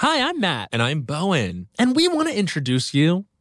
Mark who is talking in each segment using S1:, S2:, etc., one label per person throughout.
S1: Hi, I'm Matt.
S2: And I'm Bowen.
S1: And we want to introduce you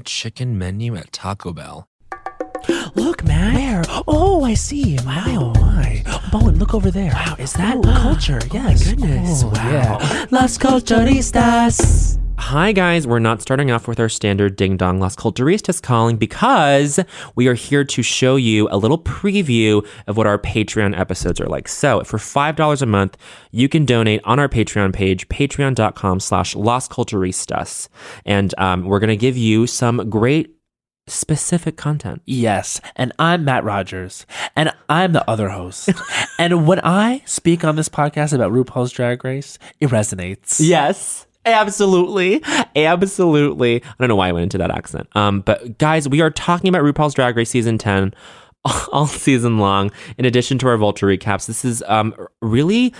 S2: chicken menu at Taco Bell.
S3: Look, man. Where? Oh, I see. Wow. Oh, my. Bowen, look over there. Oh, Wow, is that culture? yes. goodness. wow. Las culturistas.
S2: Hi, guys. We're not starting off with our standard ding dong Las Culturistas calling because we are here to show you a little preview of what our Patreon episodes are like. So, for $5 a month, you can donate on our Patreon page, patreon.com slash Las Culturistas. And um, we're going to give you some great specific content.
S3: Yes, and I'm Matt Rogers, and I'm the other host. and when I speak on this podcast about RuPaul's Drag Race, it resonates.
S2: Yes. Absolutely. Absolutely. I don't know why I went into that accent. Um, but guys, we are talking about RuPaul's Drag Race season 10 all season long. In addition to our Vulture recaps, this is um really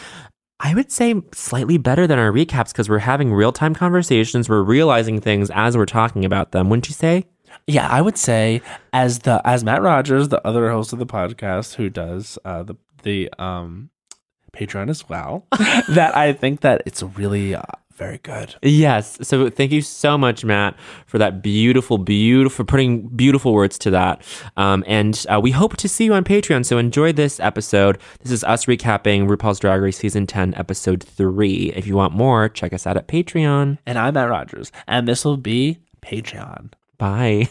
S2: I would say slightly better than our recaps because we're having real time conversations. We're realizing things as we're talking about them. Wouldn't you say?
S3: Yeah, I would say as the as Matt Rogers, the other host of the podcast, who does uh, the the um, Patreon as well, that I think that it's really uh, very good.
S2: Yes. So thank you so much, Matt, for that beautiful, beautiful, putting beautiful words to that. Um, and uh, we hope to see you on Patreon. So enjoy this episode. This is us recapping RuPaul's Drag Race Season 10, Episode 3. If you want more, check us out at Patreon.
S3: And I'm Matt Rogers, and this will be Patreon.
S2: Bye.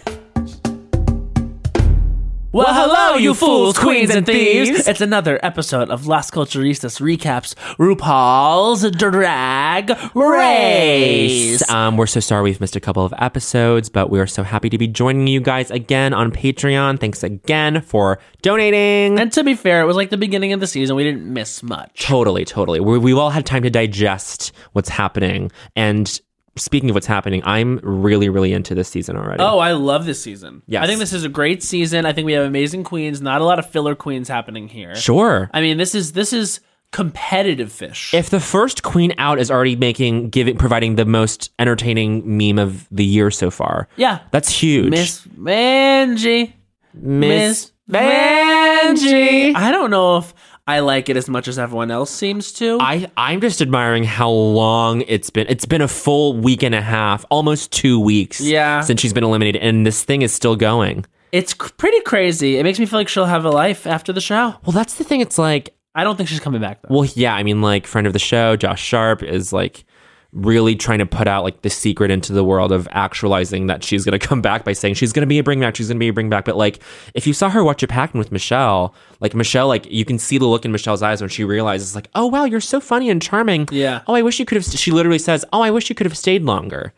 S3: Well, hello, you fools, queens, and thieves!
S1: It's
S3: It's another episode of Las Culturistas recaps RuPaul's Drag Race.
S2: Um, we're so sorry we've missed a couple of episodes, but we are so happy to be joining you guys again on Patreon. Thanks again for donating.
S3: And to be fair, it was like the beginning of the season. We didn't miss much.
S2: Totally, totally. We, we've all had time to digest what's happening. And speaking of what's happening, I'm really, really into this season already.
S3: Oh, I love this season.
S2: Yes.
S3: I think this is a great season. I think we have amazing queens. Not a lot of filler queens happening here.
S2: sure.
S3: I mean, this is this is competitive fish.
S2: if the first queen out is already making, giving, providing the most entertaining meme of the year so far,
S3: yeah.
S2: that's huge.
S3: Miss Manji.
S2: Miss
S3: Manji. I don't know if I like it as much as everyone else seems to.
S2: I, I'm just admiring how long it's been. It's been a full week and a half, almost two weeks
S3: Yeah.
S2: since she's been eliminated, and this thing is still going.
S3: it's c- pretty crazy. It makes me feel like she'll have a life after the show.
S2: Well, that's the thing. It's like
S3: I don't think she's coming back though.
S2: Well, yeah, I mean, like friend of the show, Josh Sharp is like really trying to put out like the secret into the world of actualizing that she's going to come back by saying she's going to be a bring back, she's going to be a bring back. But like, if you saw her watch it packing with Michelle, like Michelle, like you can see the look in Michelle's eyes when she realizes, like, oh wow, you're so funny and charming.
S3: Yeah.
S2: Oh, I wish you could have. She literally says, oh, I wish you could have stayed longer.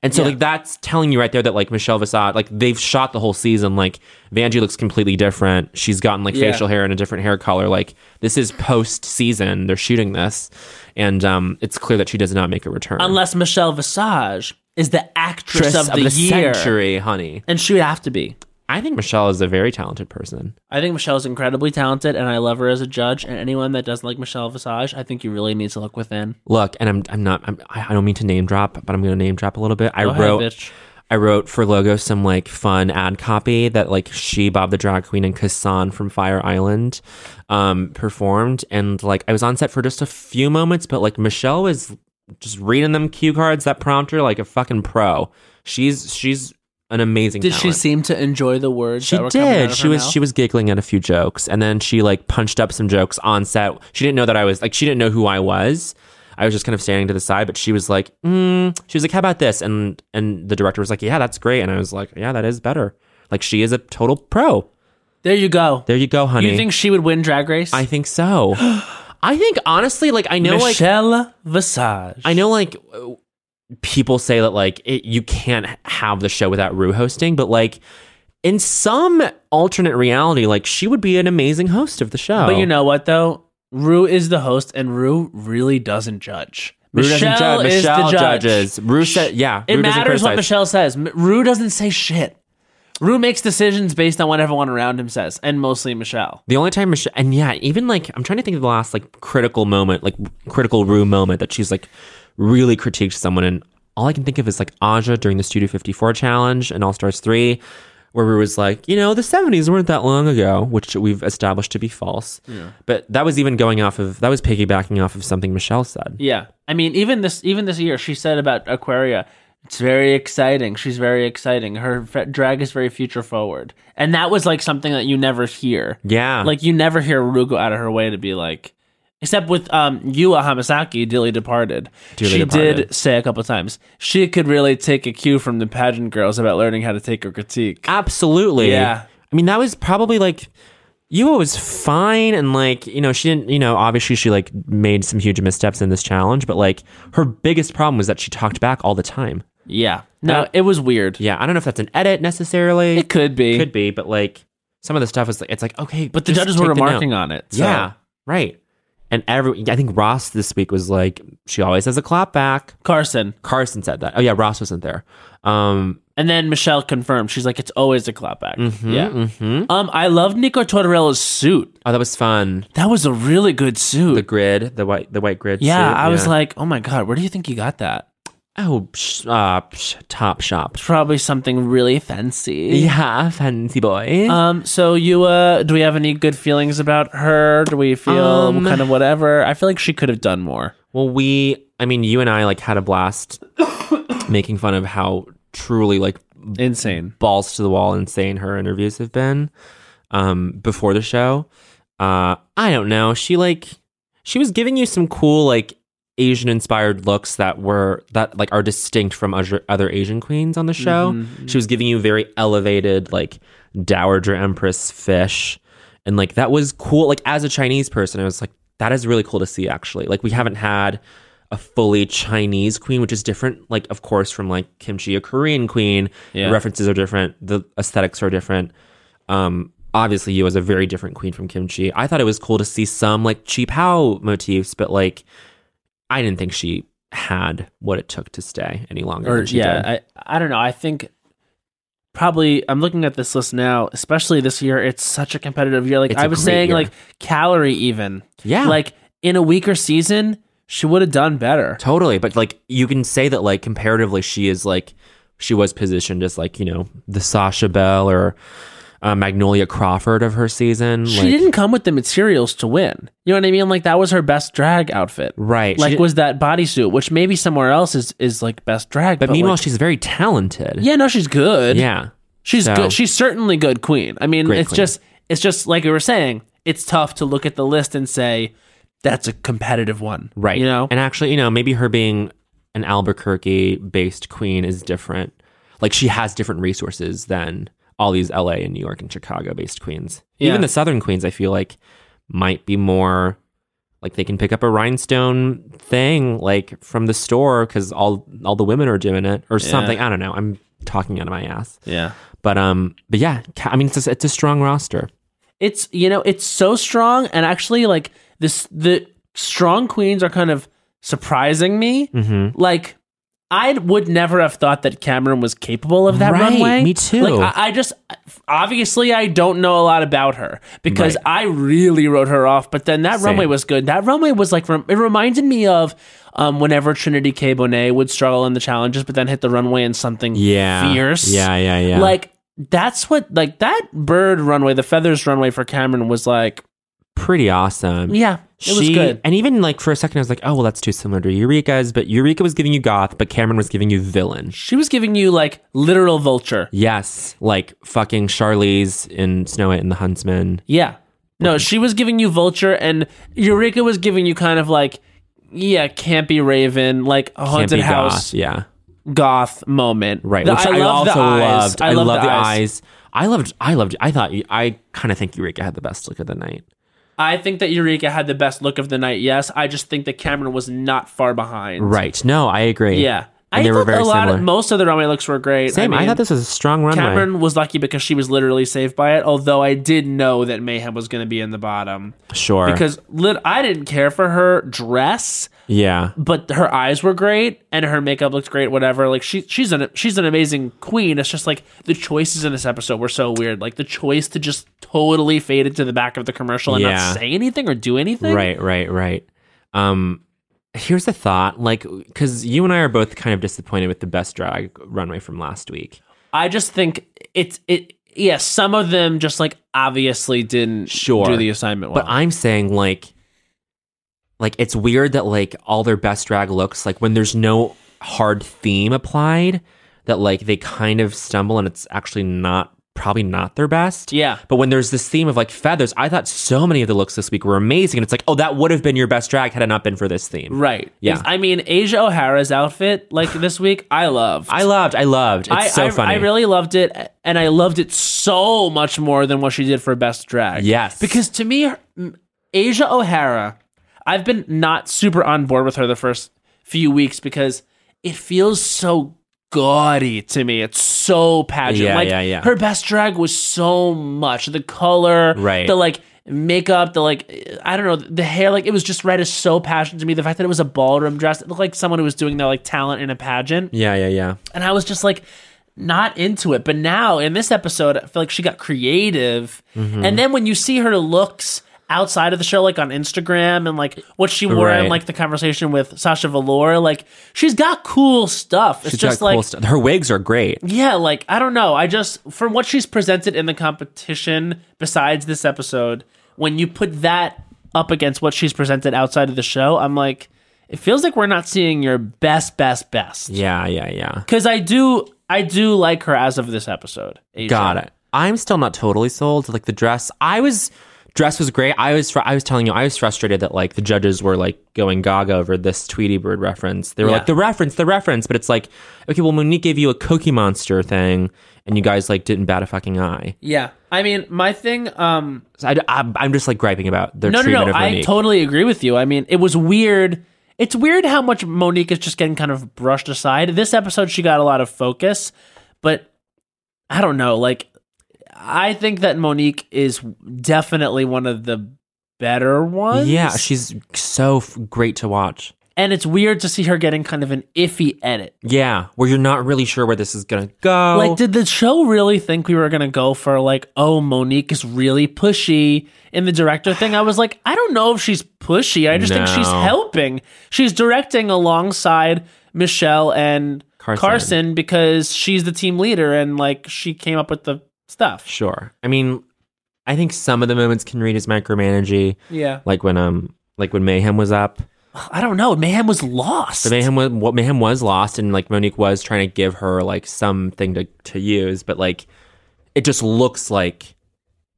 S2: And so, like, that's telling you right there that, like, Michelle Visage, like, they've shot the whole season. Like, Vanjie looks completely different. She's gotten, like,
S3: Yeah.
S2: facial hair and a different hair color. Like, this is post season. They're shooting this. And um, it's clear that she does not make a return.
S3: Unless Michelle Visage is the actress of, the, year.
S2: century, honey.
S3: And she would have to be.
S2: I think Michelle is a very talented person.
S3: I think Michelle's incredibly talented and I love her as a judge. And anyone that doesn't like Michelle Visage, I think you really need to look within.
S2: Look, and I'm, I'm not, I'm, I I don't mean to name drop, but I'm going to name drop a little bit. I
S3: Go ahead,
S2: wrote,
S3: bitch.
S2: I wrote for Logo some like fun ad copy that like she, Bob the Drag Queen, and Kassan from Fire Island um, performed. And like I was on set for just a few moments, but like Michelle was just reading them cue cards, that prompter, like a fucking pro. She's she's an amazing
S3: Did she
S2: talent.
S3: seem to enjoy the words?
S2: She
S3: that were coming out
S2: did.
S3: of
S2: She
S3: her
S2: was
S3: mouth?
S2: she was giggling at a few jokes, and then she like punched up some jokes on set. She didn't know that I was like she didn't know who I was. I was just kind of standing to the side, but she was like, mm. she was like, "How about this?" And and the director was like, "Yeah, that's great." And I was like, "Yeah, that is better." Like she is a total pro.
S3: There you go.
S2: There you go, honey.
S3: You think she would win Drag Race?
S2: I think so. I think honestly, like I know, like
S3: Michelle Visage.
S2: I know like uh, people say that like it, you can't have the show without Rue hosting, but like in some alternate reality, like she would be an amazing host of the show.
S3: But you know what though? Rue is the host, and Rue really doesn't judge.
S2: Rue
S3: Michelle
S2: doesn't judge.
S3: is
S2: Michelle
S3: the judge.
S2: judges. Rue said, "Yeah,
S3: It
S2: Rue doesn't
S3: matters what
S2: criticize.
S3: Michelle says. M- Rue doesn't say shit. Rue makes decisions based on what everyone around him says, and mostly Michelle.
S2: The only time Michelle, and yeah, even like I'm trying to think of the last like critical moment, like critical Rue moment that she's like really critiqued someone, and all I can think of is like Aja during the Studio 54 challenge and All Stars three, where Rue was like, you know, the 70s weren't that long ago, which we've established to be false. But that was even going off of that was piggybacking off of something Michelle said.
S3: Yeah, I mean, even this, even this year, she said about Aquaria, it's very exciting. She's very exciting. Her fe- drag is very future forward, and that was like something that you never hear.
S2: Yeah,
S3: Like you never hear Rue go out of her way to be like, except with um Yua Hamasaki, Dilly Departed.
S2: Dearly
S3: she
S2: Departed.
S3: did say a couple times she could really take a cue from the pageant girls about learning how to take a critique.
S2: Absolutely.
S3: Yeah.
S2: I mean, that was probably like Yua was fine and like, you know, she didn't, you know, obviously she like made some huge missteps in this challenge, but like her biggest problem was that she talked back all the time.
S3: yeah, no,
S2: That-
S3: it was weird.
S2: Yeah, I don't know if that's an edit necessarily.
S3: It could be,
S2: could be, but like some of the stuff was like it's like okay,
S3: but the
S2: just
S3: judges were
S2: take the note.
S3: remarking on it. so-
S2: Yeah. Right. And every I think Ross this week was like she always has a clap back.
S3: Carson,
S2: Carson said that. Oh yeah, Ross wasn't there. Um
S3: and then Michelle confirmed she's like, it's always a clapback.
S2: mhm,
S3: Yeah.
S2: mhm.
S3: Um, I loved Nico Tortorella's suit.
S2: Oh, that was fun.
S3: That was a really good suit.
S2: The grid, the white the white grid.
S3: yeah,
S2: suit,
S3: I was like, oh my god, where do you think you got that?
S2: Oh, psh, uh, psh, Top Shop.
S3: It's probably something really fancy.
S2: Yeah, fancy boy.
S3: Um, so you uh do we have any good feelings about her? Do we feel
S2: Um,
S3: kind of whatever? I feel like she could have done more.
S2: well, we, I mean, you and I like had a blast making fun of how truly like
S3: Insane.
S2: balls to the wall insane her interviews have been um, before the show. Uh, I don't know. She like she was giving you some cool like Asian inspired looks that were that like are distinct from other, other Asian queens on the show. She was giving you very elevated like dowager empress fish, and like that was cool. Like as a Chinese person, I was like that is really cool to see. Actually, like we haven't had a fully Chinese queen, which is different. Like of course from like kimchi, a Korean queen.
S3: Yeah.
S2: The references are different. The aesthetics are different um obviously you was a very different queen from kimchi i thought it was cool to see some like cheap how motifs but like i didn't think she had what it took to stay any longer
S3: Or
S2: than she
S3: yeah,
S2: did.
S3: I I don't know. I think probably I'm looking at this list now, especially this year, it's such a competitive year. Like
S2: It's
S3: I
S2: a
S3: was
S2: great
S3: saying,
S2: year.
S3: like calorie even.
S2: yeah like
S3: Like in a weaker season, she would have done better.
S2: totally but like you can say that like comparatively she is like she was positioned as like you know the sasha bell or uh, magnolia crawford of her season
S3: She
S2: like
S3: didn't come with the materials to win. You know what I mean? Like that was her best drag outfit.
S2: right she
S3: Like
S2: didn't-
S3: was that bodysuit, which maybe somewhere else is is like best drag.
S2: but meanwhile
S3: like-
S2: she's very talented
S3: yeah, no, she's good.
S2: yeah
S3: She's
S2: So-
S3: good. She's certainly good queen. I mean,
S2: Great
S3: it's
S2: queen.
S3: just it's just like we were saying. It's tough to look at the list and say that's a competitive one,
S2: Right.
S3: You know,
S2: and actually, you know, maybe her being an Albuquerque based queen is different. Like she has different resources than all these LA and New York and Chicago based queens.
S3: Yeah.
S2: Even the Southern queens, I feel like might be more like they can pick up a rhinestone thing like from the store because all all the women are doing it or something. I don't know. I'm talking out of my ass,
S3: Yeah.
S2: but um, but yeah, ca- I mean it's a, it's a strong roster.
S3: It's you know it's so strong and actually like this the strong queens are kind of surprising me.
S2: Mm-hmm.
S3: Like I would never have thought that Cameron was capable of that
S2: Right,
S3: runway.
S2: me too.
S3: Like I, I just obviously I don't know a lot about her because
S2: Right.
S3: I really wrote her off. But then that
S2: Same.
S3: runway was good. That runway was like rem- it reminded me of um, whenever Trinity K Bonet would struggle in the challenges, but then hit the runway in something
S2: Yeah,
S3: fierce.
S2: Yeah, yeah, yeah.
S3: Like that's what like that bird runway, the feathers runway for Cameron was like
S2: pretty awesome.
S3: yeah, it was good.
S2: And even like for a second, I was like, oh, well, that's too similar to Eureka's, but Eureka was giving you goth, but Cameron was giving you villain.
S3: She was giving you like literal vulture.
S2: Yes, like fucking Charlize in Snow White and the Huntsman.
S3: Yeah. No, she was giving you vulture and Eureka was giving you kind of like yeah, campy raven, like a
S2: Can't
S3: haunted
S2: be
S3: house
S2: Goth. Yeah,
S3: goth moment.
S2: right.
S3: The-
S2: Which I,
S3: love the
S2: also
S3: eyes.
S2: loved.
S3: I love the, eyes.
S2: I loved. I loved. I thought. I kind of think Eureka had the best look of the night.
S3: I think that Eureka had the best look of the night. Yes, I just think that Cameron was not far behind.
S2: Right. No, I agree.
S3: Yeah.
S2: And
S3: I
S2: they were
S3: thought
S2: very
S3: a lot
S2: similar.
S3: Of, most of the runway looks were great.
S2: Same. I,
S3: mean,
S2: thought this was a strong runway.
S3: Cameron was lucky because she was literally saved by it. Although I did know that Mayhem was going to be in the bottom
S2: sure.
S3: because lit- I didn't care for her dress,
S2: yeah.
S3: but her eyes were great and her makeup looked great. Whatever, like she she's an she's an amazing queen. It's just like the choices in this episode were so weird. Like the choice to just totally fade into the back of the commercial and
S2: Yeah.
S3: not say anything or do anything.
S2: Right, right, right. Um, here's a thought, like, because you and I are both kind of disappointed with the best drag runway from last week.
S3: I just think it's it. Yeah, some of them just like obviously didn't
S2: Sure.
S3: do the assignment well.
S2: But I'm saying, like, like it's weird that like all their best drag looks like when there's no hard theme applied, that like they kind of stumble and it's actually not probably not their best.
S3: yeah,
S2: But when there's this theme of like feathers, I thought so many of the looks this week were amazing, and it's like, oh, that would have been your best drag had it not been for this theme.
S3: Right.
S2: Yeah.
S3: I mean, Asia O'Hara's outfit, like this week, I loved.
S2: I loved, I loved. It's
S3: I,
S2: so
S3: I,
S2: funny.
S3: I really loved it, and I loved it so much more than what she did for Best Drag.
S2: Yes.
S3: Because to me, her- m- Asia O'Hara, I've been not super on board with her the first few weeks because it feels so gaudy to me. It's so pageant.
S2: Yeah,
S3: like,
S2: yeah, yeah.
S3: Her Best Drag was so much. The color,
S2: Right.
S3: the like makeup, the like, I don't know, the hair, like it was just red is so passionate to me. The fact that it was a ballroom dress, it looked like someone who was doing their like talent in a pageant.
S2: Yeah, yeah, yeah.
S3: And I was just like, not into it. But now in this episode, I feel like she got creative.
S2: Mm-hmm.
S3: And then when you see her looks outside of the show, like on Instagram and like what she wore in
S2: Right.
S3: like the conversation with Sasha Valora, like she's got cool stuff. It's
S2: She's
S3: just
S2: got
S3: like,
S2: cool stuff. Her wigs are great.
S3: yeah, like I don't know. I just from what she's presented in the competition, besides this episode, when you put that up against what she's presented outside of the show, I'm like, it feels like we're not seeing your best, best, best
S2: Yeah, yeah, yeah.
S3: because I do I do like her as of this episode. Asia.
S2: Got it. I'm still not totally sold. Like the dress, I was dress was great. I was fr- I was telling you, I was frustrated that like the judges were like going gaga over this Tweety Bird reference. They were
S3: Yeah.
S2: like the reference, the reference, but it's like okay, well Monique gave you a Cookie Monster thing, and you guys like didn't bat a fucking eye.
S3: Yeah, I mean, my thing. Um,
S2: So I, am I'm just like griping about their
S3: no, no,
S2: treatment
S3: no.
S2: of
S3: I
S2: Monique.
S3: totally agree with you. I mean, it was weird. It's weird how much Monique is just getting kind of brushed aside. This episode, she got a lot of focus, but I don't know. Like, I think that Monique is definitely one of the better ones.
S2: yeah, she's so f- great to watch.
S3: and it's weird to see her getting kind of an iffy edit.
S2: Yeah, where you're not really sure where this is gonna go.
S3: Like, did the show really think we were gonna go for like, oh, Monique is really pushy in the director thing? I was like, I don't know if she's pushy. I just think she's
S2: No.
S3: helping. She's directing alongside Michelle and
S2: Carson.
S3: Carson. because she's the team leader and like she came up with the stuff.
S2: Sure. I mean, I think some of the moments can read as micromanagey,
S3: Yeah,
S2: like when um, like when Mayhem was up.
S3: I don't know. Mayhem was lost.
S2: But Mayhem was what Mayhem was lost, and like Monique was trying to give her like something to to use, but like it just looks like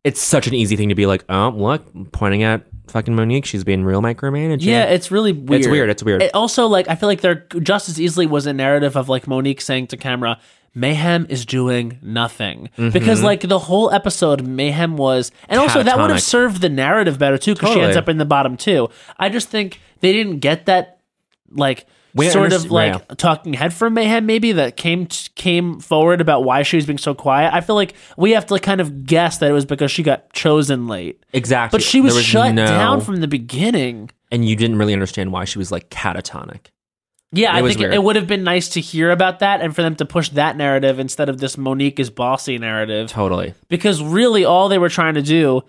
S2: it's such an easy thing to be like, oh, look, pointing at fucking Monique, she's being real micromanager.
S3: Yeah, it's really weird.
S2: It's weird. It's weird.
S3: It also, like, I feel like there just as easily was a narrative of like Monique saying to camera, "Mayhem is doing nothing,"
S2: Mm-hmm.
S3: because like the whole episode, Mayhem was, and also that would
S2: Catatonic.
S3: have served the narrative better too, because she
S2: Totally.
S3: ends up in the bottom too. I just think they didn't get that, like.
S2: We
S3: sort
S2: underst-
S3: of like
S2: yeah.
S3: talking head from mayhem maybe that came came forward about why she was being so quiet i feel like we have to kind of guess that it was because she got chosen late
S2: exactly.
S3: but she was,
S2: There
S3: shut
S2: no-
S3: down from the beginning
S2: and you didn't really understand why she was like catatonic.
S3: Yeah,
S2: It
S3: I
S2: was
S3: think it,
S2: weird.
S3: it would have been nice to hear about that and for them to push that narrative instead of this Monique is bossy narrative.
S2: Totally.
S3: Because really, all they were trying to do,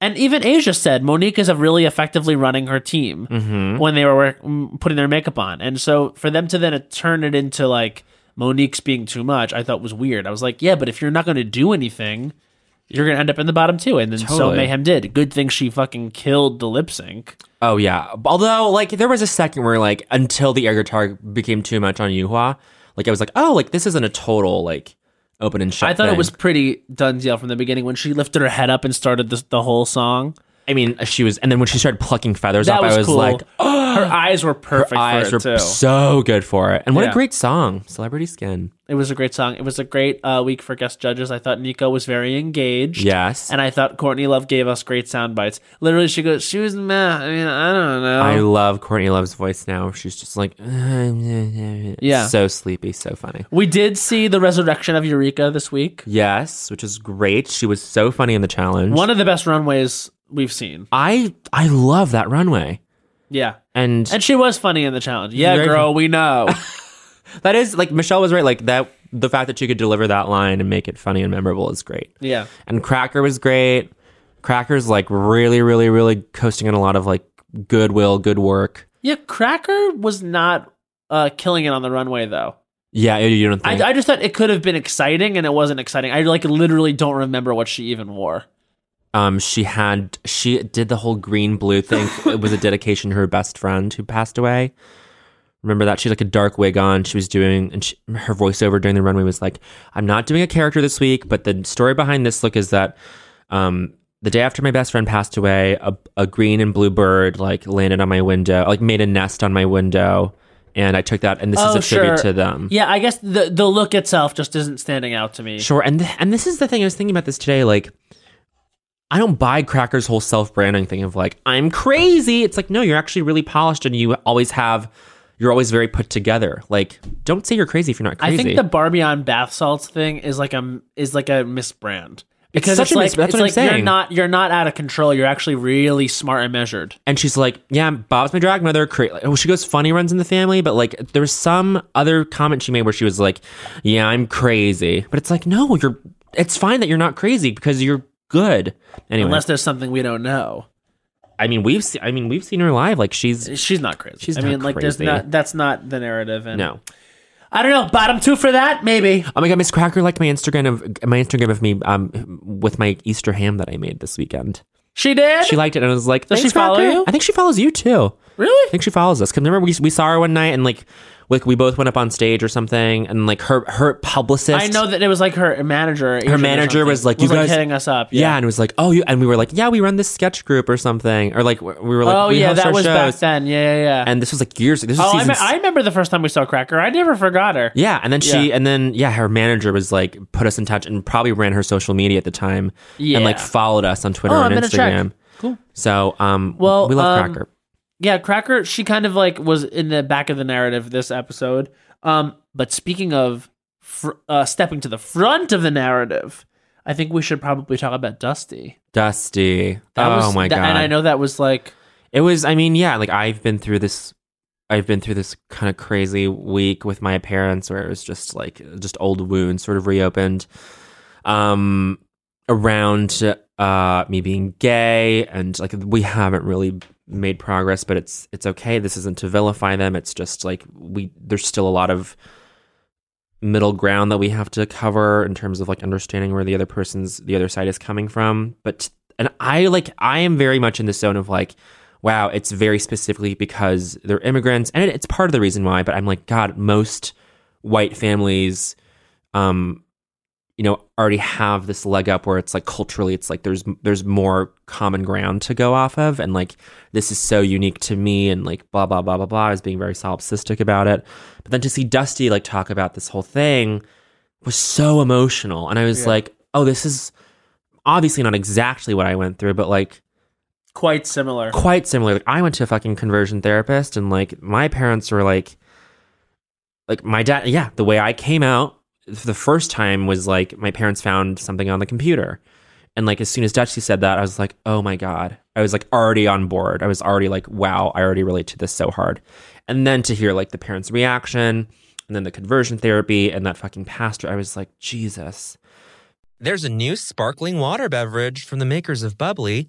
S3: and even Asia said, Monique is really effectively running her team
S2: Mm-hmm.
S3: when they were wear- mm, putting their makeup on. And so for them to then turn it into like Monique's being too much, I thought was weird. I was like, yeah, but if you're not going to do anything, you're going to end up in the bottom two. And then so
S2: Totally.
S3: Mayhem did. Good thing she fucking killed the lip sync.
S2: Oh yeah. Although like there was a second where like until the air guitar became too much on Yuhua, like I was like, oh, like this isn't a total like open and shut.
S3: I thought
S2: thing.
S3: it was pretty done deal from the beginning when she lifted her head up and started the, the whole song.
S2: I mean, uh, she was, and then when she started plucking feathers
S3: That
S2: off,
S3: was,
S2: I was
S3: cool.
S2: like,
S3: her eyes were perfect.
S2: her eyes
S3: for
S2: were
S3: it, too.
S2: so good for it. And what a
S3: Yeah.
S2: great song, Celebrity Skin.
S3: It was a great song. It was a great uh, week for guest judges. I thought Nico was very engaged.
S2: Yes,
S3: And I thought Courtney Love gave us great sound bites. Literally, she goes, "She was meh." I mean, I don't know.
S2: I love Courtney Love's voice now. She's just like, yeah, so sleepy, so funny.
S3: we did see the resurrection of Eureka this week.
S2: Yes, which is great. She was so funny in the challenge.
S3: One of the best runways we've seen.
S2: I I love that runway,
S3: Yeah,
S2: and,
S3: and she was funny in the challenge. Yeah,
S2: Very-
S3: girl, we know.
S2: that is like Michelle was right. Like that, the fact that she could deliver that line and make it funny and memorable is great.
S3: Yeah,
S2: And Cracker was great. Cracker's like really, really, really coasting on a lot of like goodwill, good work.
S3: yeah. Cracker was not uh, killing it on the runway though.
S2: Yeah, you don't think
S3: I, I just thought it could have been exciting, and it wasn't exciting. I like literally don't remember what she even wore.
S2: um she had she did the whole green blue thing it was a dedication to her best friend who passed away remember that she had like a dark wig on she was doing and she, her voiceover during the runway was like i'm not doing a character this week but the story behind this look is that um the day after my best friend passed away a, a green and blue bird like landed on my window like made a nest on my window and i took that and this is
S3: Oh,
S2: a tribute
S3: sure.
S2: to them
S3: Yeah, I guess the the look itself just isn't standing out to me.
S2: Sure, and th- and this is the thing I was thinking about this today. Like, I don't buy Cracker's whole self branding thing of like I'm crazy. It's like no, you're actually really polished, and you always have. You're always very put together. Like, don't say you're crazy if you're not
S3: I
S2: crazy.
S3: think the Barbie on bath salts thing is like a is like a misbrand because
S2: such
S3: it's
S2: a
S3: like
S2: mis- that's what
S3: it's
S2: I'm
S3: like you're
S2: saying.
S3: not you're not out of control. You're actually really smart and measured.
S2: and she's like, yeah, Bob's my drag mother. Cra- like, oh, she goes funny runs in the family, but like there was some other comment she made where she was like, yeah, I'm crazy, but it's like no, you're. It's fine that you're not crazy because you're good. Anyway,
S3: Unless there's something we don't know,
S2: I mean we've se- I mean we've seen her live. Like she's
S3: she's not crazy.
S2: She's
S3: I mean,
S2: not
S3: like there's
S2: crazy.
S3: not that's not the narrative. And
S2: no.
S3: I don't know. Bottom two for that maybe.
S2: Oh my god, Miss Cracker liked my Instagram of my Instagram of me um with my Easter ham that I made this weekend.
S3: She did
S2: She liked it and I was like,
S3: Does she
S2: "Thanks,
S3: follow
S2: Cracker."
S3: you?
S2: I think she follows you too. I
S3: really.
S2: think she follows us. Cause remember we, we saw her one night and like like we both went up on stage or something and like her her publicist.
S3: I know that it was like her manager. Asian or
S2: manager was
S3: something,
S2: like, "You guys-
S3: hitting us up."
S2: Yeah. and it was like, oh, you and we were like, yeah, we run this sketch group or something, or like we were like,
S3: oh
S2: we
S3: yeah,
S2: host
S3: that
S2: our
S3: was back
S2: shows.
S3: then. Yeah, yeah, yeah.
S2: And this was like years. This was
S3: oh, I,
S2: season
S3: me- I remember the first time we saw Cracker. I never forgot her.
S2: Yeah, and then she and then yeah, her manager was like put us in touch and probably ran her social media at the time
S3: Yeah.
S2: and like followed us on Twitter
S3: Oh,
S2: and
S3: I'm gonna check.
S2: Instagram.
S3: Cool.
S2: So um well,
S3: Well,
S2: we love
S3: um,
S2: Cracker.
S3: Yeah, Cracker. She kind of like was in the back of the narrative this episode. Um, but speaking of fr- uh, stepping to the front of the narrative, I think we should probably talk about Dusty.
S2: Dusty. oh
S3: was,
S2: my
S3: that-
S2: god.
S3: And I know that was like
S2: It was I mean, yeah, like I've been through this I've been through this kind of crazy week with my parents where it was just like just old wounds sort of reopened. Um around uh me being gay and like we haven't really made progress but it's it's okay this isn't to vilify them it's just like we there's still a lot of middle ground that we have to cover in terms of like understanding where the other person's the other side is coming from but and i like i am very much in the zone of like wow it's very specifically because they're immigrants and it's part of the reason why but i'm like god most white families um you know already have this leg up where it's like culturally it's like there's there's more common ground to go off of and like this is so unique to me and like blah blah blah blah blah I was being very solipsistic about it but then to see Dusty like talk about this whole thing was so emotional and I was like oh this is obviously not exactly what I went through but like
S3: Quite similar.
S2: quite similar. Like I went to a fucking conversion therapist, and like my parents were like, like my dad. Yeah, the way I came out for the first time was like my parents found something on the computer, and like as soon as Dutchy said that, I was like, oh my god. I was like already on board. I was already like, wow, I already relate to this so hard. And then to hear like the parents' reaction, and then the conversion therapy, and that fucking pastor, I was like, Jesus. There's a new sparkling water beverage from the makers of Bubbly,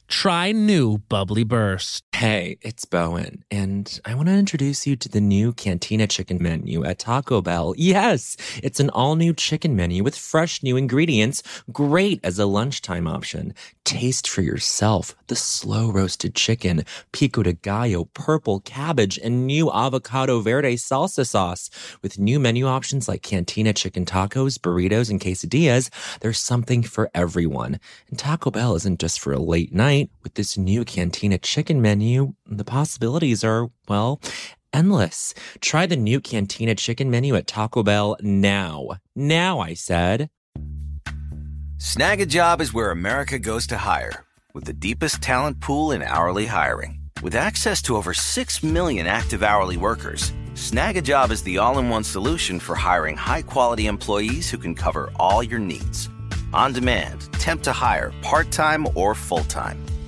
S1: try new Bubbly Burst.
S2: Hey, it's Bowen, and I want to introduce you to the new Cantina Chicken menu at Taco Bell. Yes, it's an all new chicken menu with fresh new ingredients, great as a lunchtime option. Taste for yourself the slow roasted chicken, pico de gallo, purple cabbage, and new avocado verde salsa sauce. With new menu options like Cantina Chicken tacos, burritos, and quesadillas, there's something for everyone. And Taco Bell isn't just for a late night. With this new Cantina chicken menu, the possibilities are, well, endless. Try the new Cantina chicken menu at Taco Bell now. Now, I said.
S4: Snag a job is where America goes to hire, with the deepest talent pool in hourly hiring. With access to over 6 million active hourly workers, Snag a job is the all in one solution for hiring high quality employees who can cover all your needs. On demand, temp to hire, part time or full time.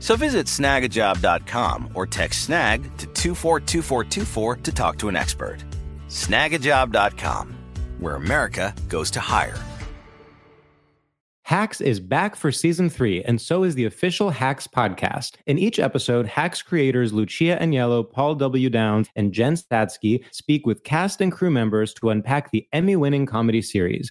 S4: So visit snagajob.com or text snag to 242424 to talk to an expert. Snagajob.com, where America goes to hire.
S5: Hacks is back for season three, and so is the official Hacks podcast. In each episode, Hacks creators Lucia Agnello, Paul W. Downs, and Jen Statsky speak with cast and crew members to unpack the Emmy winning comedy series.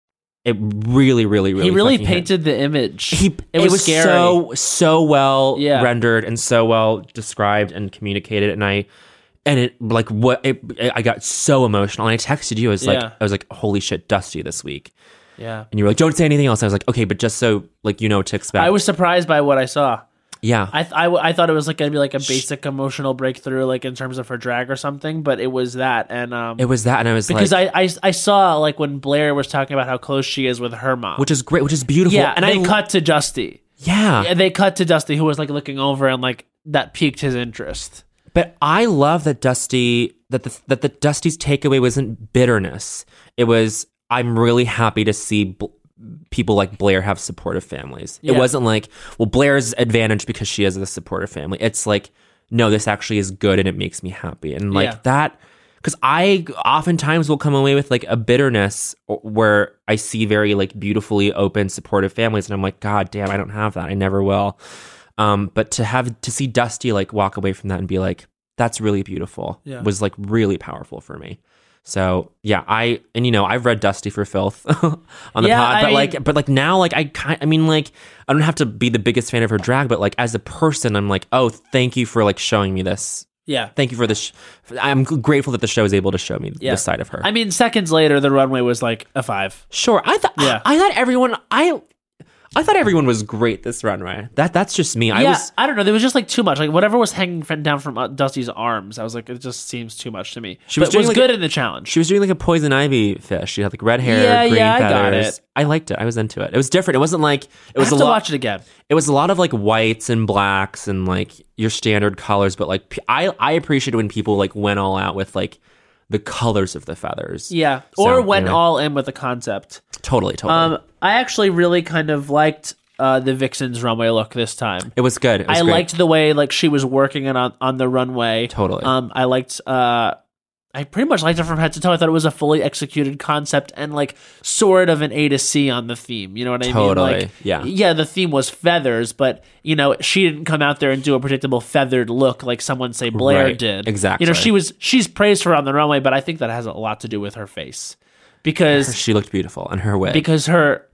S2: It really, really, really.
S3: he really
S2: fucking hit.
S3: painted the image.
S2: He, it, was,
S3: scary.
S2: so so well
S3: Yeah.
S2: rendered and so well described and communicated, and I and it like what it, I got so emotional. And I texted you. I was like,
S3: Yeah.
S2: I was like, holy shit, Dusty this week.
S3: yeah.
S2: And you were like, don't say anything else. I was like, okay, but just so like you know what to expect.
S3: I was surprised by what I saw.
S2: yeah.
S3: I th- I, w- I thought it was like gonna be like a basic emotional breakthrough, like in terms of her drag or something, but it was that, and um,
S2: it was that, and I was
S3: because
S2: like,
S3: I, I I saw like when Blair was talking about how close she is with her mom,
S2: which is great, which is beautiful.
S3: yeah, and
S2: I
S3: they
S2: lo-
S3: cut to Dusty,
S2: yeah.
S3: and they cut to Dusty who was like looking over and like that piqued his interest.
S2: But I love that Dusty that the that the Dusty's takeaway wasn't bitterness. It was I'm really happy to see bl- people like Blair have supportive families. It
S3: Yeah.
S2: wasn't like well Blair's advantage because she has a supportive family. It's like no, this actually is good and it makes me happy. And like
S3: Yeah.
S2: that because I oftentimes will come away with like a bitterness o- where I see very like beautifully open, supportive families, and I'm like, God damn, I don't have that. I never will. Um, but to have to see Dusty like walk away from that and be like, that's really beautiful
S3: Yeah.
S2: was like really powerful for me. So yeah, I and you know I've read Dusty for Filth on the
S3: Yeah,
S2: pod,
S3: I
S2: but
S3: mean-
S2: like but like now like I kind I mean like I don't have to be the biggest fan of her drag, but like as a person, I'm like oh thank you for like showing me this.
S3: Yeah.
S2: Thank you for this. Sh- I'm grateful that the show is able to show me
S3: Yeah.
S2: this side of her.
S3: I mean, seconds later, the runway was like a five.
S2: Sure. I thought
S3: Yeah.
S2: I thought everyone I I thought everyone was great this runway. That that's just me. I
S3: yeah,
S2: was
S3: I don't know. There was just like too much. Like whatever was hanging from, down from uh, Dusty's arms, I was like, it just seems too much to me.
S2: She
S3: She
S2: was
S3: was,
S2: doing,
S3: was
S2: like,
S3: good in the challenge.
S2: she was doing like a poison ivy fish. She had like red hair,
S3: Yeah,
S2: green
S3: yeah, I
S2: feathers.
S3: got it.
S2: I liked it. I was into it. It was different. It wasn't like it was
S3: I have
S2: a
S3: to
S2: lot.
S3: watch it again.
S2: It was a lot of like whites and blacks and like your standard colors, but like p- I I appreciated when people like went all out with like the colors of the feathers.
S3: Yeah,
S2: So,
S3: or went
S2: anyway.
S3: all in with the concept.
S2: totally, totally.
S3: Um, I actually really kind of liked uh, the Vixen's runway look this time.
S2: it was good. It was
S3: I
S2: great.
S3: liked the way like she was working it on on the runway.
S2: Totally.
S3: Um, I liked. Uh, I pretty much liked it from head to toe. I thought it was a fully executed concept and like sort of an A to C on the theme. You know what I
S2: Totally,
S3: mean? Like,
S2: yeah.
S3: Yeah. The theme was feathers, but you know she didn't come out there and do a predictable feathered look like someone say Blair
S2: Right,
S3: did.
S2: exactly.
S3: You know she was she's praised for on the runway, but I think that has a lot to do with her face because
S2: she looked beautiful and her wig.
S3: because her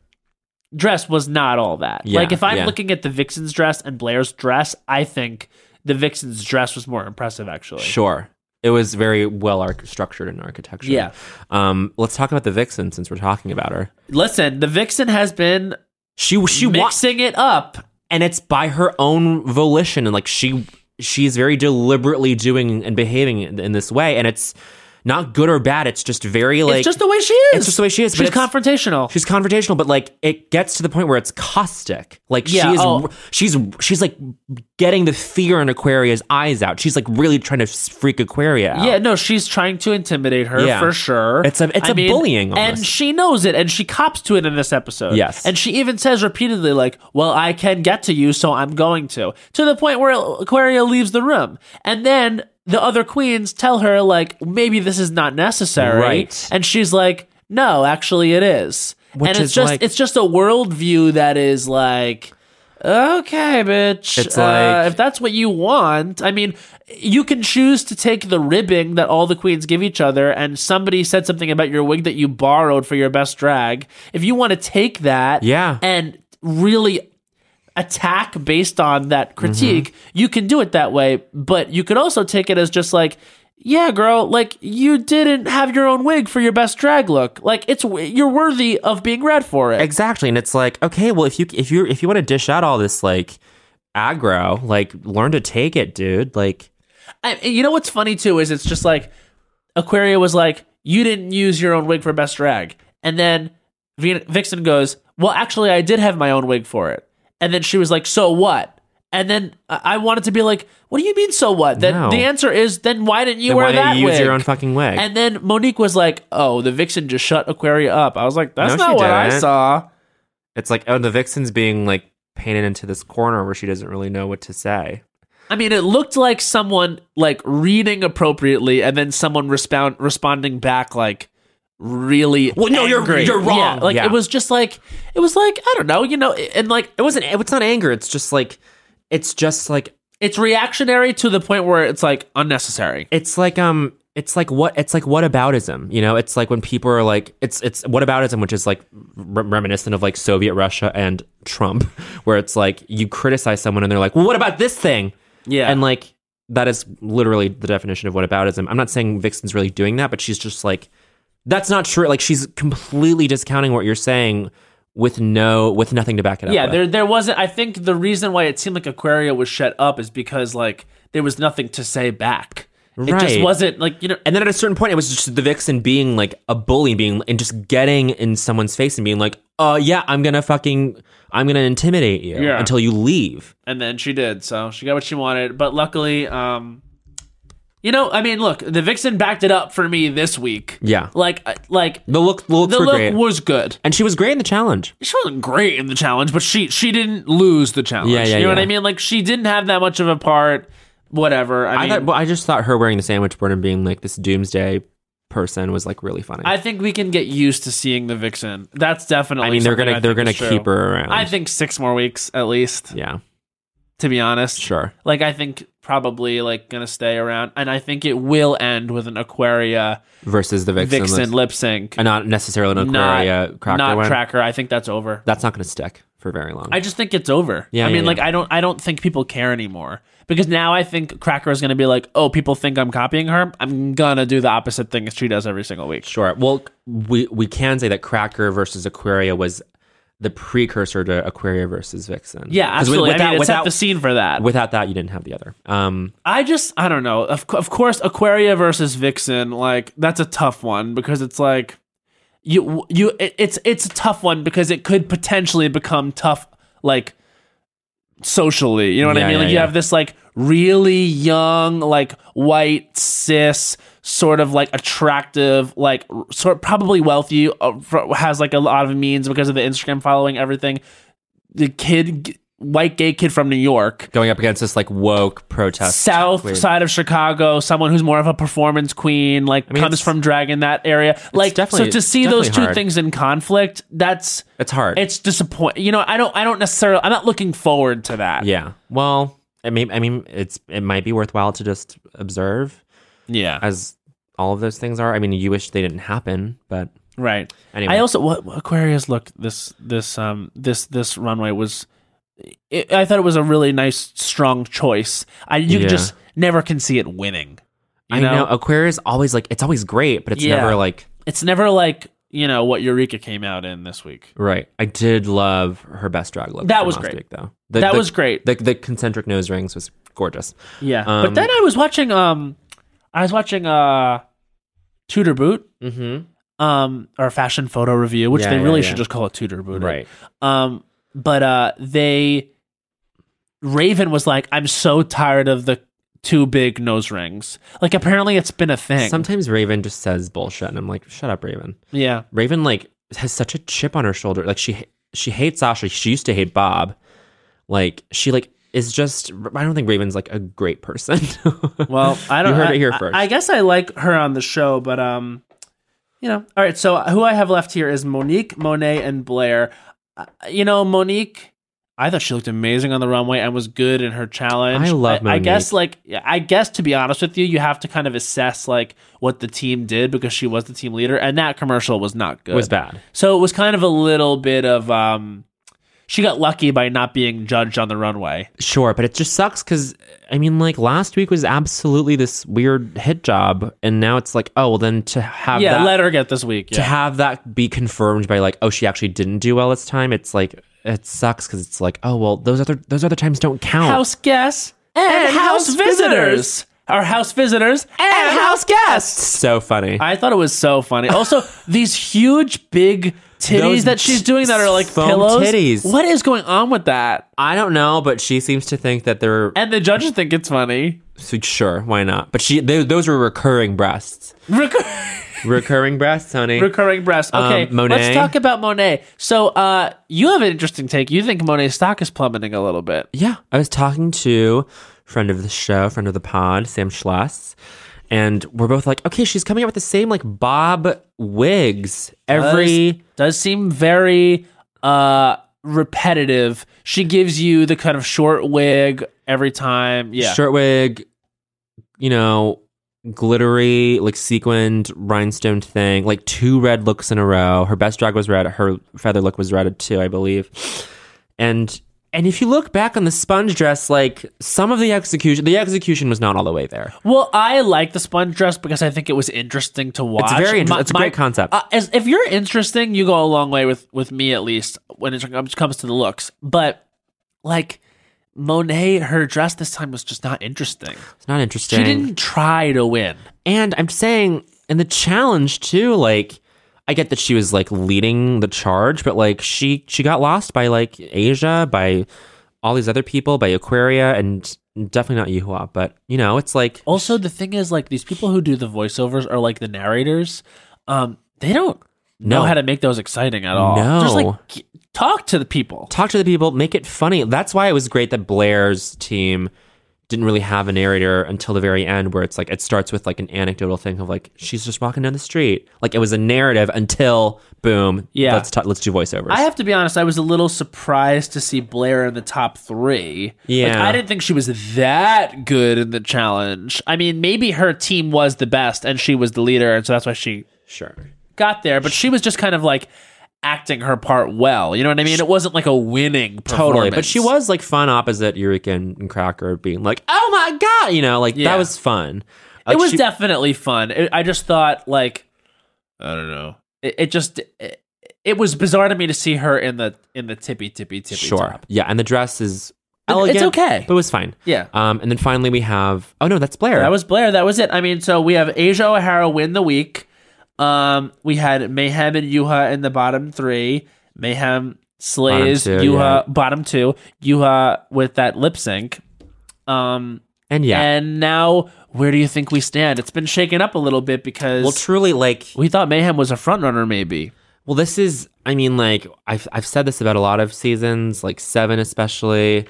S3: dress was not all that.
S2: Yeah,
S3: like if I'm
S2: yeah.
S3: looking at the Vixen's dress and Blair's dress, I think the Vixen's dress was more impressive actually.
S2: Sure. It was very well arch- structured in architecture.
S3: Yeah.
S2: Um, let's talk about the vixen since we're talking about her.
S3: Listen, the Vixen has been
S2: She she wa-
S3: mixing it up.
S2: and it's by her own volition and like she she's very deliberately doing and behaving in, in this way and it's not good or bad. It's just very like
S3: it's just the way she is.
S2: it's just the way she is, but
S3: She's
S2: it's-
S3: confrontational.
S2: She's confrontational, but like it gets to the point where it's caustic. Like
S3: Yeah,
S2: she is,
S3: oh.
S2: she's she's like getting the fear in Aquaria's eyes out. She's like really trying to freak Aquaria out.
S3: yeah, no, she's trying to intimidate her
S2: Yeah.
S3: for sure.
S2: It's a- it's
S3: a
S2: a bullying almost.
S3: and she knows it, and she cops to it in this episode.
S2: Yes.
S3: and she even says repeatedly, like, "Well, I can get to you, so I'm going to." To the point where Aquaria leaves the room, and then the other queens tell her, like, "Maybe this is not necessary,"
S2: Right.
S3: And she's like, "No, actually, it is."
S2: Which
S3: and
S2: is
S3: it's just
S2: like-
S3: it's just a worldview that is like. Okay, bitch.
S2: It's
S3: Uh,
S2: like-
S3: if that's what you want, I mean, you can choose to take the ribbing that all the queens give each other, and somebody said something about your wig that you borrowed for your best drag. If you want to take that,
S2: Yeah.
S3: and really attack based on that critique, you can do it that way. But you could also take it as just like, yeah, girl, like you didn't have your own wig for your best drag look. Like it's you're worthy of being read for it.
S2: Exactly, and it's like, okay, well, if you if you if you want to dish out all this like aggro, like learn to take it, dude. Like,
S3: I, and you know what's funny too is it's just like Aquaria was like, "You didn't use your own wig for best drag," and then Ve- Vixen goes, "Well, actually, I did have my own wig for it," and then she was like, "So what?" And then I I wanted to be like, "What do you mean, so what?" Then
S2: No.
S3: the answer is, "Then why didn't you
S2: then
S3: wear
S2: why
S3: that
S2: didn't you use
S3: wig?"
S2: your own fucking wig?
S3: and then Monique was like, "Oh, the Vixen just shut Aquaria up." I was like, "That's
S2: No, she
S3: not what I
S2: didn't.
S3: saw."
S2: it's like, oh, the vixen's being like painted into this corner where she doesn't really know what to say.
S3: I mean, it looked like someone like reading appropriately, and then someone respond responding back like really.
S2: Well, no, you're-
S3: angry.
S2: you're wrong.
S3: Yeah, like
S2: Yeah.
S3: it was just like it was like I don't know, you know, and like
S2: It wasn't. It's not anger. It's just like, it's just like,
S3: it's reactionary to the point where it's like unnecessary.
S2: it's like um. It's like what it's like what aboutism, you know? It's like when people are like it's it's what aboutism which is like re- reminiscent of like Soviet Russia and Trump where it's like you criticize someone and they're like, "Well, what about this thing?"
S3: Yeah,
S2: And like that is literally the definition of whataboutism. I'm not saying Vixen's really doing that, but she's just like that's not true. Like she's completely discounting what you're saying with no with nothing to back it up.
S3: yeah,
S2: with.
S3: there there wasn't. I think the reason why it seemed like Aquaria was shut up is because like there was nothing to say back. It just
S2: Right.
S3: wasn't like you know.
S2: And then at a certain point, it was just the vixen being like a bully, being and just getting in someone's face and being like, "Oh yeah, I'm gonna fucking, I'm gonna intimidate you
S3: Yeah.
S2: until you leave."
S3: and then she did so she got what she wanted but luckily um you know i mean look the vixen backed it up for me this week
S2: Yeah,
S3: like uh, like
S2: the look, the looks
S3: the
S2: were
S3: look
S2: great,
S3: was good
S2: and she was great in the challenge.
S3: she wasn't great in the challenge but she she didn't lose the challenge
S2: Yeah, yeah,
S3: you know what
S2: yeah.
S3: i mean like she didn't have that much of a part whatever i,
S2: I,
S3: mean
S2: thought, well, I just thought her wearing the sandwich board and being like this doomsday person was like really funny.
S3: i think we can get used to seeing the vixen that's definitely
S2: I mean, they're
S3: something
S2: gonna
S3: I
S2: they're
S3: think
S2: gonna
S3: is true.
S2: keep her around.
S3: i think six more weeks at least
S2: yeah.
S3: to be honest.
S2: Sure.
S3: Like I think probably like gonna stay around, and I think it will end with an Aquaria
S2: Versus the Vixen.
S3: Vixen
S2: let's-
S3: lip sync,
S2: and not necessarily an
S3: Not-
S2: Aquaria cracker
S3: not
S2: one.
S3: Tracker. I think that's over.
S2: That's not going to stick for very long.
S3: I just think it's over.
S2: Yeah,
S3: I
S2: yeah,
S3: mean,
S2: yeah.
S3: like I don't, I don't think people care anymore because now I think Cracker is gonna be like, oh, people think I'm copying her. I'm gonna do the opposite thing as she does every single week.
S2: Sure. Well, we we can say that Cracker versus Aquaria was the precursor to Aquaria versus Vixen.
S3: Yeah,
S2: 'Cause wi-
S3: absolutely. I mean, it set
S2: without,
S3: the scene for that.
S2: without that, you didn't have the other. Um,
S3: I just I don't know. Of cou- of course, Aquaria versus Vixen, like that's a tough one because it's like you you it, it's it's a tough one because it could potentially become tough like socially. You know what
S2: Yeah,
S3: I mean?
S2: yeah,
S3: like you
S2: yeah.
S3: have this like really young like white cis sort of like attractive like r- sort probably wealthy uh, fr- has like a lot of means because of the Instagram following everything. The kid g- white gay kid from New York
S2: going up against this like woke protest.
S3: south
S2: Wait.
S3: side of Chicago, someone who's more of a performance queen, like
S2: I mean,
S3: comes
S2: it's-
S3: from drag in that area. Like
S2: definitely-
S3: so to see
S2: definitely
S3: those two
S2: hard.
S3: things in conflict, that's
S2: It's hard.
S3: it's disappointing. You know, I don't I don't necessarily I'm not looking forward to that.
S2: yeah. Well, I mean, I mean, it's it might be worthwhile to just observe
S3: Yeah.
S2: as all of those things are. I mean, you wish they didn't happen, but
S3: Right.
S2: anyway.
S3: I also what what Aquarius look this this um this this runway was it, I thought it was a really nice strong choice. I you
S2: Yeah.
S3: just never can see it winning. You
S2: I know uh Aquarius always like it's always great, but it's
S3: Yeah.
S2: never like
S3: It's never like, you know, what Eureka came out in this week.
S2: right. I did love her best drag look.
S3: That
S2: from
S3: was
S2: last
S3: great.
S2: week, though. The-
S3: that
S2: the-
S3: was great.
S2: The, the concentric nose rings was gorgeous.
S3: Yeah.
S2: Um,
S3: but then I was watching um I was watching uh Tudor Boot
S2: Mm-hmm.
S3: um or fashion photo review, which
S2: Yeah,
S3: they
S2: yeah,
S3: really
S2: yeah.
S3: should just call it Tudor Boot.
S2: Right.
S3: Um but uh they Raven was like I'm so tired of the two big nose rings. Like apparently it's been a thing.
S2: Sometimes Raven just says bullshit, and I'm like, shut up, Raven.
S3: yeah.
S2: Raven like has such a chip on her shoulder. Like she she hates Sasha. She used to hate Bob. Like she like is just. I don't think Raven's like a great person.
S3: Well, I don't
S2: You heard
S3: I-
S2: it here
S3: I-
S2: first.
S3: I, guess I like her on the show, but um you know. All right, so who I have left here is Monique, Monet and Blair. Uh, you know, Monique I thought she looked amazing on the runway and was good in her challenge.
S2: I love
S3: I, I guess,
S2: Monique.
S3: like, yeah, I guess to be honest with you, you have to kind of assess like what the team did because she was the team leader, and that commercial was not good.
S2: was bad.
S3: So it was kind of a little bit of um, she got lucky by not being judged on the runway.
S2: Sure, but it just sucks because I mean, like last week was absolutely this weird hit job, and now it's like, oh well, then to have
S3: yeah,
S2: that,
S3: let her get this week.
S2: to
S3: Yeah.
S2: have that be confirmed by like, oh, she actually didn't do well this time. It's like it sucks because it's like, oh well, those other those other times don't count.
S3: house guests Oh. and, house, visitors. Our house visitors and, house guests.
S2: so funny.
S3: I thought it was so funny. Also, these huge big titties
S2: Those
S3: that she's doing that are like
S2: foam
S3: pillows.
S2: titties.
S3: What is going on with that?
S2: I don't know, but she seems to think that they're
S3: And the judges think it's funny.
S2: so sure. Why not? But she th- those were recurring breasts,
S3: Recur-
S2: recurring breasts, honey.
S3: recurring breasts. Okay,
S2: Um, Monet.
S3: let's talk about Monet. So, uh, you have an interesting take. You think Monet's stock is plummeting a little bit.
S2: yeah, I was talking to friend of the show, friend of the pod, Sam Schloss, and we're both like, okay, she's coming up with the same like bob wigs every.
S3: does, does seem very uh repetitive. She gives you the kind of short wig every time. Yeah.
S2: short wig, you know, glittery, like sequined rhinestone thing, like two red looks in a row. Her best drag was red. Her feather look was red too, I believe. And and if you look back on the sponge dress, like some of the execution, the execution was not all the way there.
S3: Well, I like the sponge dress because I think it was interesting to watch.
S2: very inter- it's a great concept.
S3: Uh, as, if you're interesting, you go a long way with with me at least when it comes comes to the looks. But like Monet, her dress this time was just not interesting.
S2: It's not interesting.
S3: She didn't try to win.
S2: And I'm saying in the challenge too, like I get that she was like leading the charge, but like she she got lost by like Asia, by all these other people, by Aquaria, and definitely not Yuhua. But you know, it's like
S3: Also, the thing is, like these people who do the voiceovers are like the narrators. Um, they don't know
S2: No.
S3: how to make those exciting at all.
S2: No.
S3: Just like g- talk to the people.
S2: talk to the people, make it funny. That's why it was great that Blair's team didn't really have a narrator until the very end where it's like it starts with like an anecdotal thing of like she's just walking down the street like it was a narrative until boom
S3: Yeah.
S2: let's t- let's do voiceovers
S3: I have to be honest, I was a little surprised to see Blair in the top three. Like,
S2: Yeah.
S3: I didn't think she was that good in the challenge. I mean, maybe her team was the best and she was the leader, and so that's why she
S2: sure
S3: got there, but she was just kind of like acting her part well. You know what I mean? It wasn't like a winning
S2: totally but
S3: performance.
S2: she was like fun opposite Eureka and, and Cracker being like oh my god you know like
S3: Yeah.
S2: that was fun
S3: It
S2: Like,
S3: was
S2: she-
S3: definitely fun. It, I just thought like I don't know. It, it just it, it was bizarre to me to see her in the in the tippy tippy tippy
S2: sure
S3: top.
S2: yeah and the dress is
S3: It- it's
S2: elegant
S3: okay.
S2: but it was fine
S3: Yeah.
S2: um and then finally we have oh no that's Blair
S3: That was Blair. That was it. I mean, so we have Asia O'Hara win the week. Um, we had Mayhem and Yuha in the bottom three. Mayhem slays
S2: Bottom two,
S3: Yuha bottom two. Yuha with that lip sync. Um,
S2: and yeah
S3: and now where do you think we stand? It's been shaken up a little bit because
S2: well truly like
S3: we thought Mayhem was a front runner, maybe.
S2: Well, this is, I mean, like, I've, I've said this about a lot of seasons, like seven especially,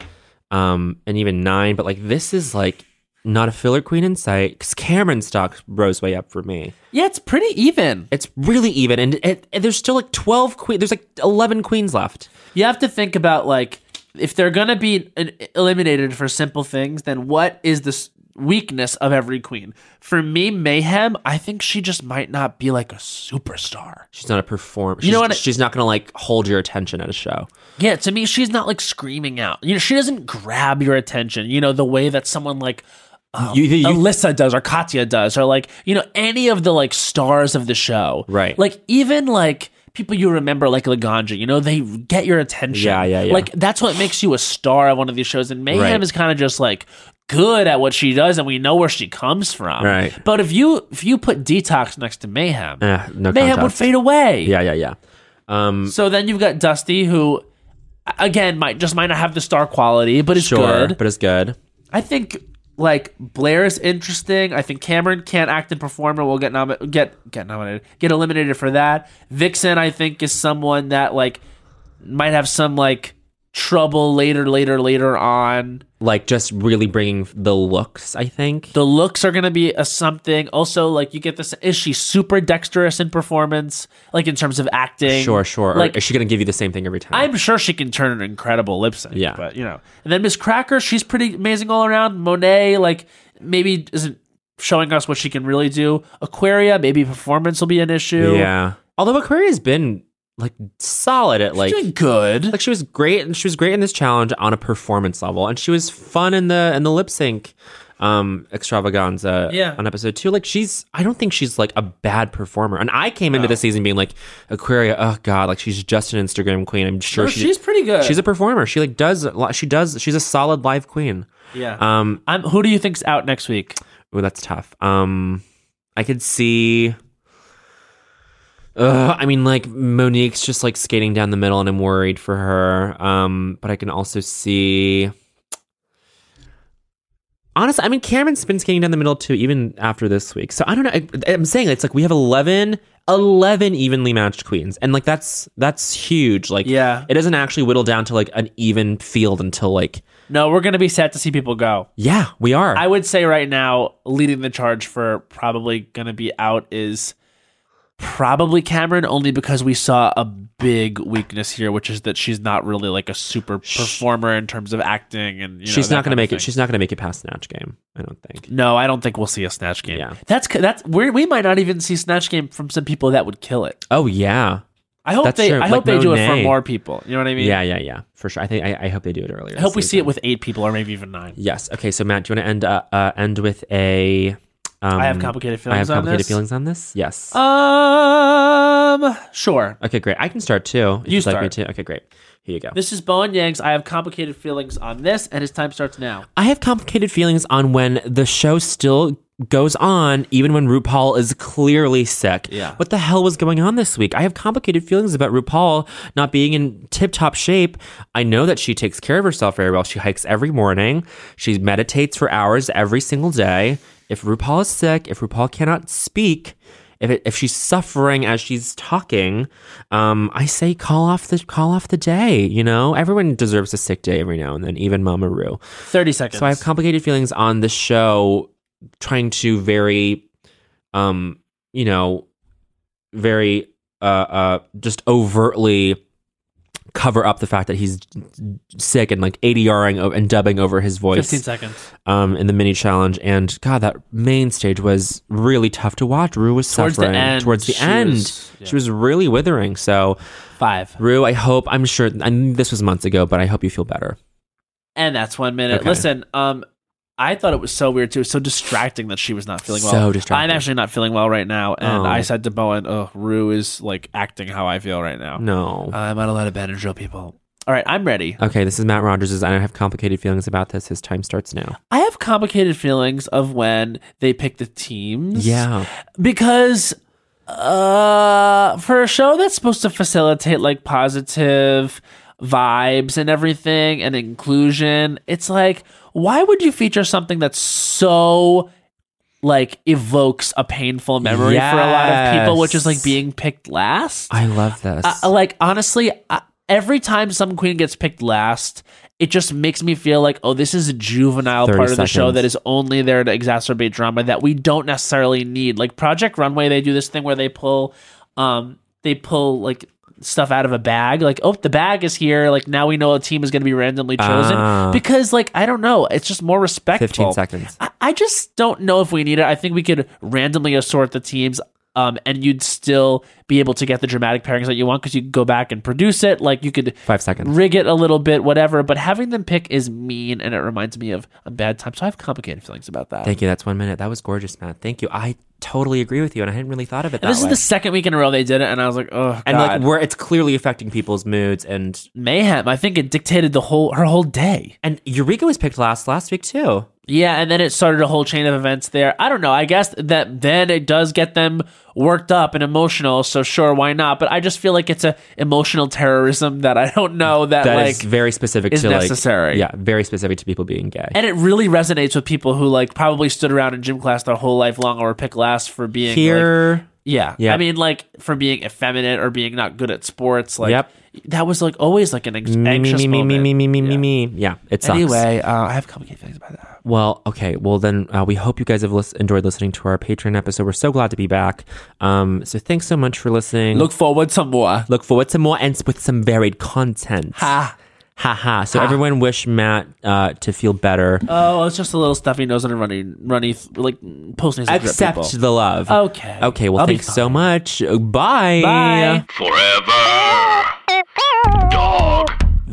S2: um, and even nine, but like, this is like not a filler queen in sight because Cameron stock rose way up for me.
S3: Yeah, it's pretty even.
S2: It's really even, and it, and there's still like 12 queens, there's like 11 queens left.
S3: You have to think about like if they're gonna be an, eliminated for simple things, then what is the s- weakness of every queen? For me, Mayhem, I think she just might not be like a superstar.
S2: She's not a performer.
S3: You know what I-
S2: She's not going to like hold your attention at a show.
S3: Yeah, to me, she's not like screaming out. You know, she doesn't grab your attention. You know, the way that someone like. Um,
S2: Oh. You- you-
S3: Alyssa does, or Katya does, or like you know any of the like stars of the show,
S2: Right.
S3: Like even like people you remember, like Laganja, you know, they get your attention.
S2: Yeah, yeah, yeah.
S3: Like that's what makes you a star of one of these shows. And Mayhem
S2: Right.
S3: is kind of just like good at what she does, and we know where she comes from.
S2: Right.
S3: But if you if you put Detox next to Mayhem,
S2: Eh, no
S3: Mayhem would
S2: contest.
S3: fade away.
S2: Yeah, yeah, yeah. Um,
S3: So then you've got Dusty, who again might just might not have the star quality, but is
S2: sure,
S3: good.
S2: but it's good.
S3: I think like Blair is interesting. I think Cameron can't act and perform, or will get nom- get get nominated, get eliminated for that. Vixen, I think, is someone that like might have some like trouble later, later, later on.
S2: Like, just really bringing the looks, I think.
S3: The looks are gonna be a something. Also, like you get this: is she super dexterous in performance, like in terms of acting?
S2: Sure, sure. Or
S3: Like
S2: is she going to give you the same thing every time?
S3: I'm sure she can turn an incredible lip sync.
S2: Yeah.
S3: but you know, and then Miss Cracker, she's pretty amazing all around. Monet, like maybe isn't showing us what she can really do. Aquaria, maybe performance will be an issue.
S2: Yeah. Although Aquaria's been like solid at like
S3: She's doing good.
S2: like she was great and she was great in this challenge on a performance level and she was fun in the in the lip sync um extravaganza
S3: Yeah.
S2: on episode two. Like she's I don't think she's like a bad performer. And I came into the season being like Aquaria, oh god, like she's just an Instagram queen. I'm sure
S3: No,
S2: she-
S3: she's pretty good.
S2: She's a performer. She like does a lot- she does she's a solid live queen.
S3: yeah.
S2: Um
S3: I'm, who do you think's out next week?
S2: Ooh, that's tough. Um, I could see. Uh, I mean, like Monique's just like skating down the middle, and I'm worried for her. Um, but I can also see. Honestly, I mean, Cameron's been skating down the middle too, even after this week. So I don't know. I, I'm saying it's like we have 11, 11 evenly matched queens, and like that's that's huge. Like,
S3: Yeah.
S2: it doesn't actually whittle down to like an even field until like,
S3: No, we're gonna be sad to see people go.
S2: yeah, we are.
S3: I would say right now, leading the charge for probably gonna be out is probably Cameron, only because we saw a big weakness here, which is that she's not really like a super performer in terms of acting and you know,
S2: she's
S3: that
S2: not going
S3: kind
S2: to
S3: of
S2: make
S3: thing.
S2: it. She's not going to make it past snatch game. I don't think.
S3: no, I don't think we'll see a snatch game.
S2: Yeah.
S3: That's that's we're, we might not even see snatch game from some people that would kill it.
S2: Oh yeah,
S3: I hope
S2: That's
S3: they
S2: true.
S3: I hope
S2: Like
S3: they do it for
S2: Monet.
S3: more people. You know what I mean?
S2: yeah, yeah, yeah, for sure. I think I, I hope they do it earlier.
S3: I hope we see it
S2: with.
S3: with eight people or maybe even nine.
S2: Yes. Okay. So Matt, do you want to end uh, uh, end with a? Um,
S3: I have complicated
S2: I have
S3: feelings on
S2: complicated
S3: this.
S2: feelings on Uh, this. Yes.
S3: Um, sure.
S2: okay, great. I can start too. if
S3: You
S2: you'd Like me
S3: start.
S2: too. Okay, great. Here you go.
S3: This is Bowen Yang's. I have complicated feelings on this, and his time starts now.
S2: I have complicated feelings on when the show still goes on, even when RuPaul is clearly sick.
S3: Yeah.
S2: What the hell was going on this week? I have complicated feelings about RuPaul not being in tip top shape. I know that she takes care of herself very well. She hikes every morning, she meditates for hours every single day. If RuPaul is sick, if RuPaul cannot speak, if it, if she's suffering as she's talking, um, I say call off the call off the day. You know, everyone deserves a sick day every now and then, even Mama Rue.
S3: 30 seconds.
S2: So I have complicated feelings on the show, trying to very, um, you know, very uh, uh, just overtly cover up the fact that he's sick and like ADRing o- and dubbing over his
S3: 15
S2: voice
S3: seconds.
S2: um, in the mini challenge. And God, that main stage was really tough to watch. Rue was
S3: Towards the
S2: suffering
S3: end,
S2: towards the
S3: she
S2: end.
S3: was- yeah.
S2: She was really withering. So
S3: Five.
S2: Rue, I hope I'm sure. And this was months ago, but I hope you feel better.
S3: And that's one minute.
S2: Okay.
S3: Listen, um, I thought it was so weird too. It was so distracting that she was not feeling well.
S2: So distracting.
S3: I'm actually not feeling well right now.
S2: Oh.
S3: And I said to Bowen, oh, Rue is like acting how I feel right
S2: Mm.
S3: now.
S2: No.
S3: Uh, I'm on a lot of Benadryl people. All right, I'm ready.
S2: Okay, this is Matt Rogers. I have complicated feelings about this. His time starts now.
S3: I have complicated feelings of when they pick the teams.
S2: Yeah.
S3: because uh for a show that's supposed to facilitate like positive vibes and everything and inclusion it's like why would you feature something that's so like evokes a painful memory for a lot of people which is like
S2: Yes.
S3: being picked last
S2: I love this.
S3: I- like honestly, I, every time some queen gets picked last, it just makes me feel like, oh, this is a juvenile
S2: 30
S3: part of the show
S2: seconds.
S3: that is only there to exacerbate drama that we don't necessarily need. Like Project Runway, they do this thing where they pull, um, they pull like stuff out of a bag. Like, oh, the bag is here. Like now we know a team is going to be randomly chosen
S2: Ah.
S3: because, like, I don't know, it's just more respectful.
S2: 15 seconds.
S3: I, I just don't know if we need it. I think we could randomly assort the teams, um, and you'd still be able to get the dramatic pairings that you want because you could go back and produce it. Like you could
S2: Five seconds.
S3: rig it a little bit, whatever. But having them pick is mean, and it reminds me of a bad time. So I have complicated feelings about that.
S2: Thank you. That's one minute. That was gorgeous, Matt. Thank you. I totally agree with you, and I hadn't really thought of it that
S3: and this
S2: way.
S3: is the second week in a row they did it, and I was like, oh,
S2: and
S3: God.
S2: like, we're it's clearly affecting people's moods. And
S3: mayhem. I think it dictated the whole her whole day.
S2: and Eureka was picked last last week too.
S3: Yeah, and then it started a whole chain of events there. I don't know. I guess that then it does get them worked up and emotional. So sure, why not? But I just feel like it's a emotional terrorism that I don't know that,
S2: That is
S3: like
S2: very specific
S3: is
S2: to like
S3: necessary.
S2: Yeah, very specific to people being gay.
S3: and it really resonates with people who like probably stood around in gym class their whole life long or were picked last for being like-
S2: Here,
S3: yeah.
S2: Yeah.
S3: I mean like for being effeminate or being not good at sports like
S2: Yep.
S3: that was like always like an anx-
S2: me,
S3: anxious
S2: me, me,
S3: moment.
S2: me, me, me, me, me,
S3: Yeah.
S2: me. Yeah, it sucks.
S3: Anyway, uh, I have complicated feelings about that.
S2: Well, okay. Well, then uh, we hope you guys have lis- enjoyed listening to our Patreon episode. We're so glad to be back. Um, so thanks so much for listening.
S3: Look forward some more.
S2: look forward to more and with some varied content.
S3: Ha.
S2: Ha ha. So everyone wish Matt uh, to feel better.
S3: Oh, it's just a little stuffy nose and a runny, runny, like posting.
S2: Accept the love.
S3: Okay.
S2: Okay. Well,
S3: I'll be
S2: thanks so much. Bye.
S3: Bye.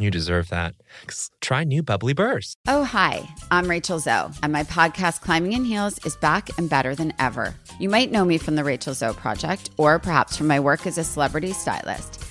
S2: You deserve that. Try new bubbly burst.
S6: Oh, hi, I'm Rachel Zoe, and my podcast, Climbing in Heels, is back and better than ever. You might know me from the Rachel Zoe Project, or perhaps from my work as a celebrity stylist.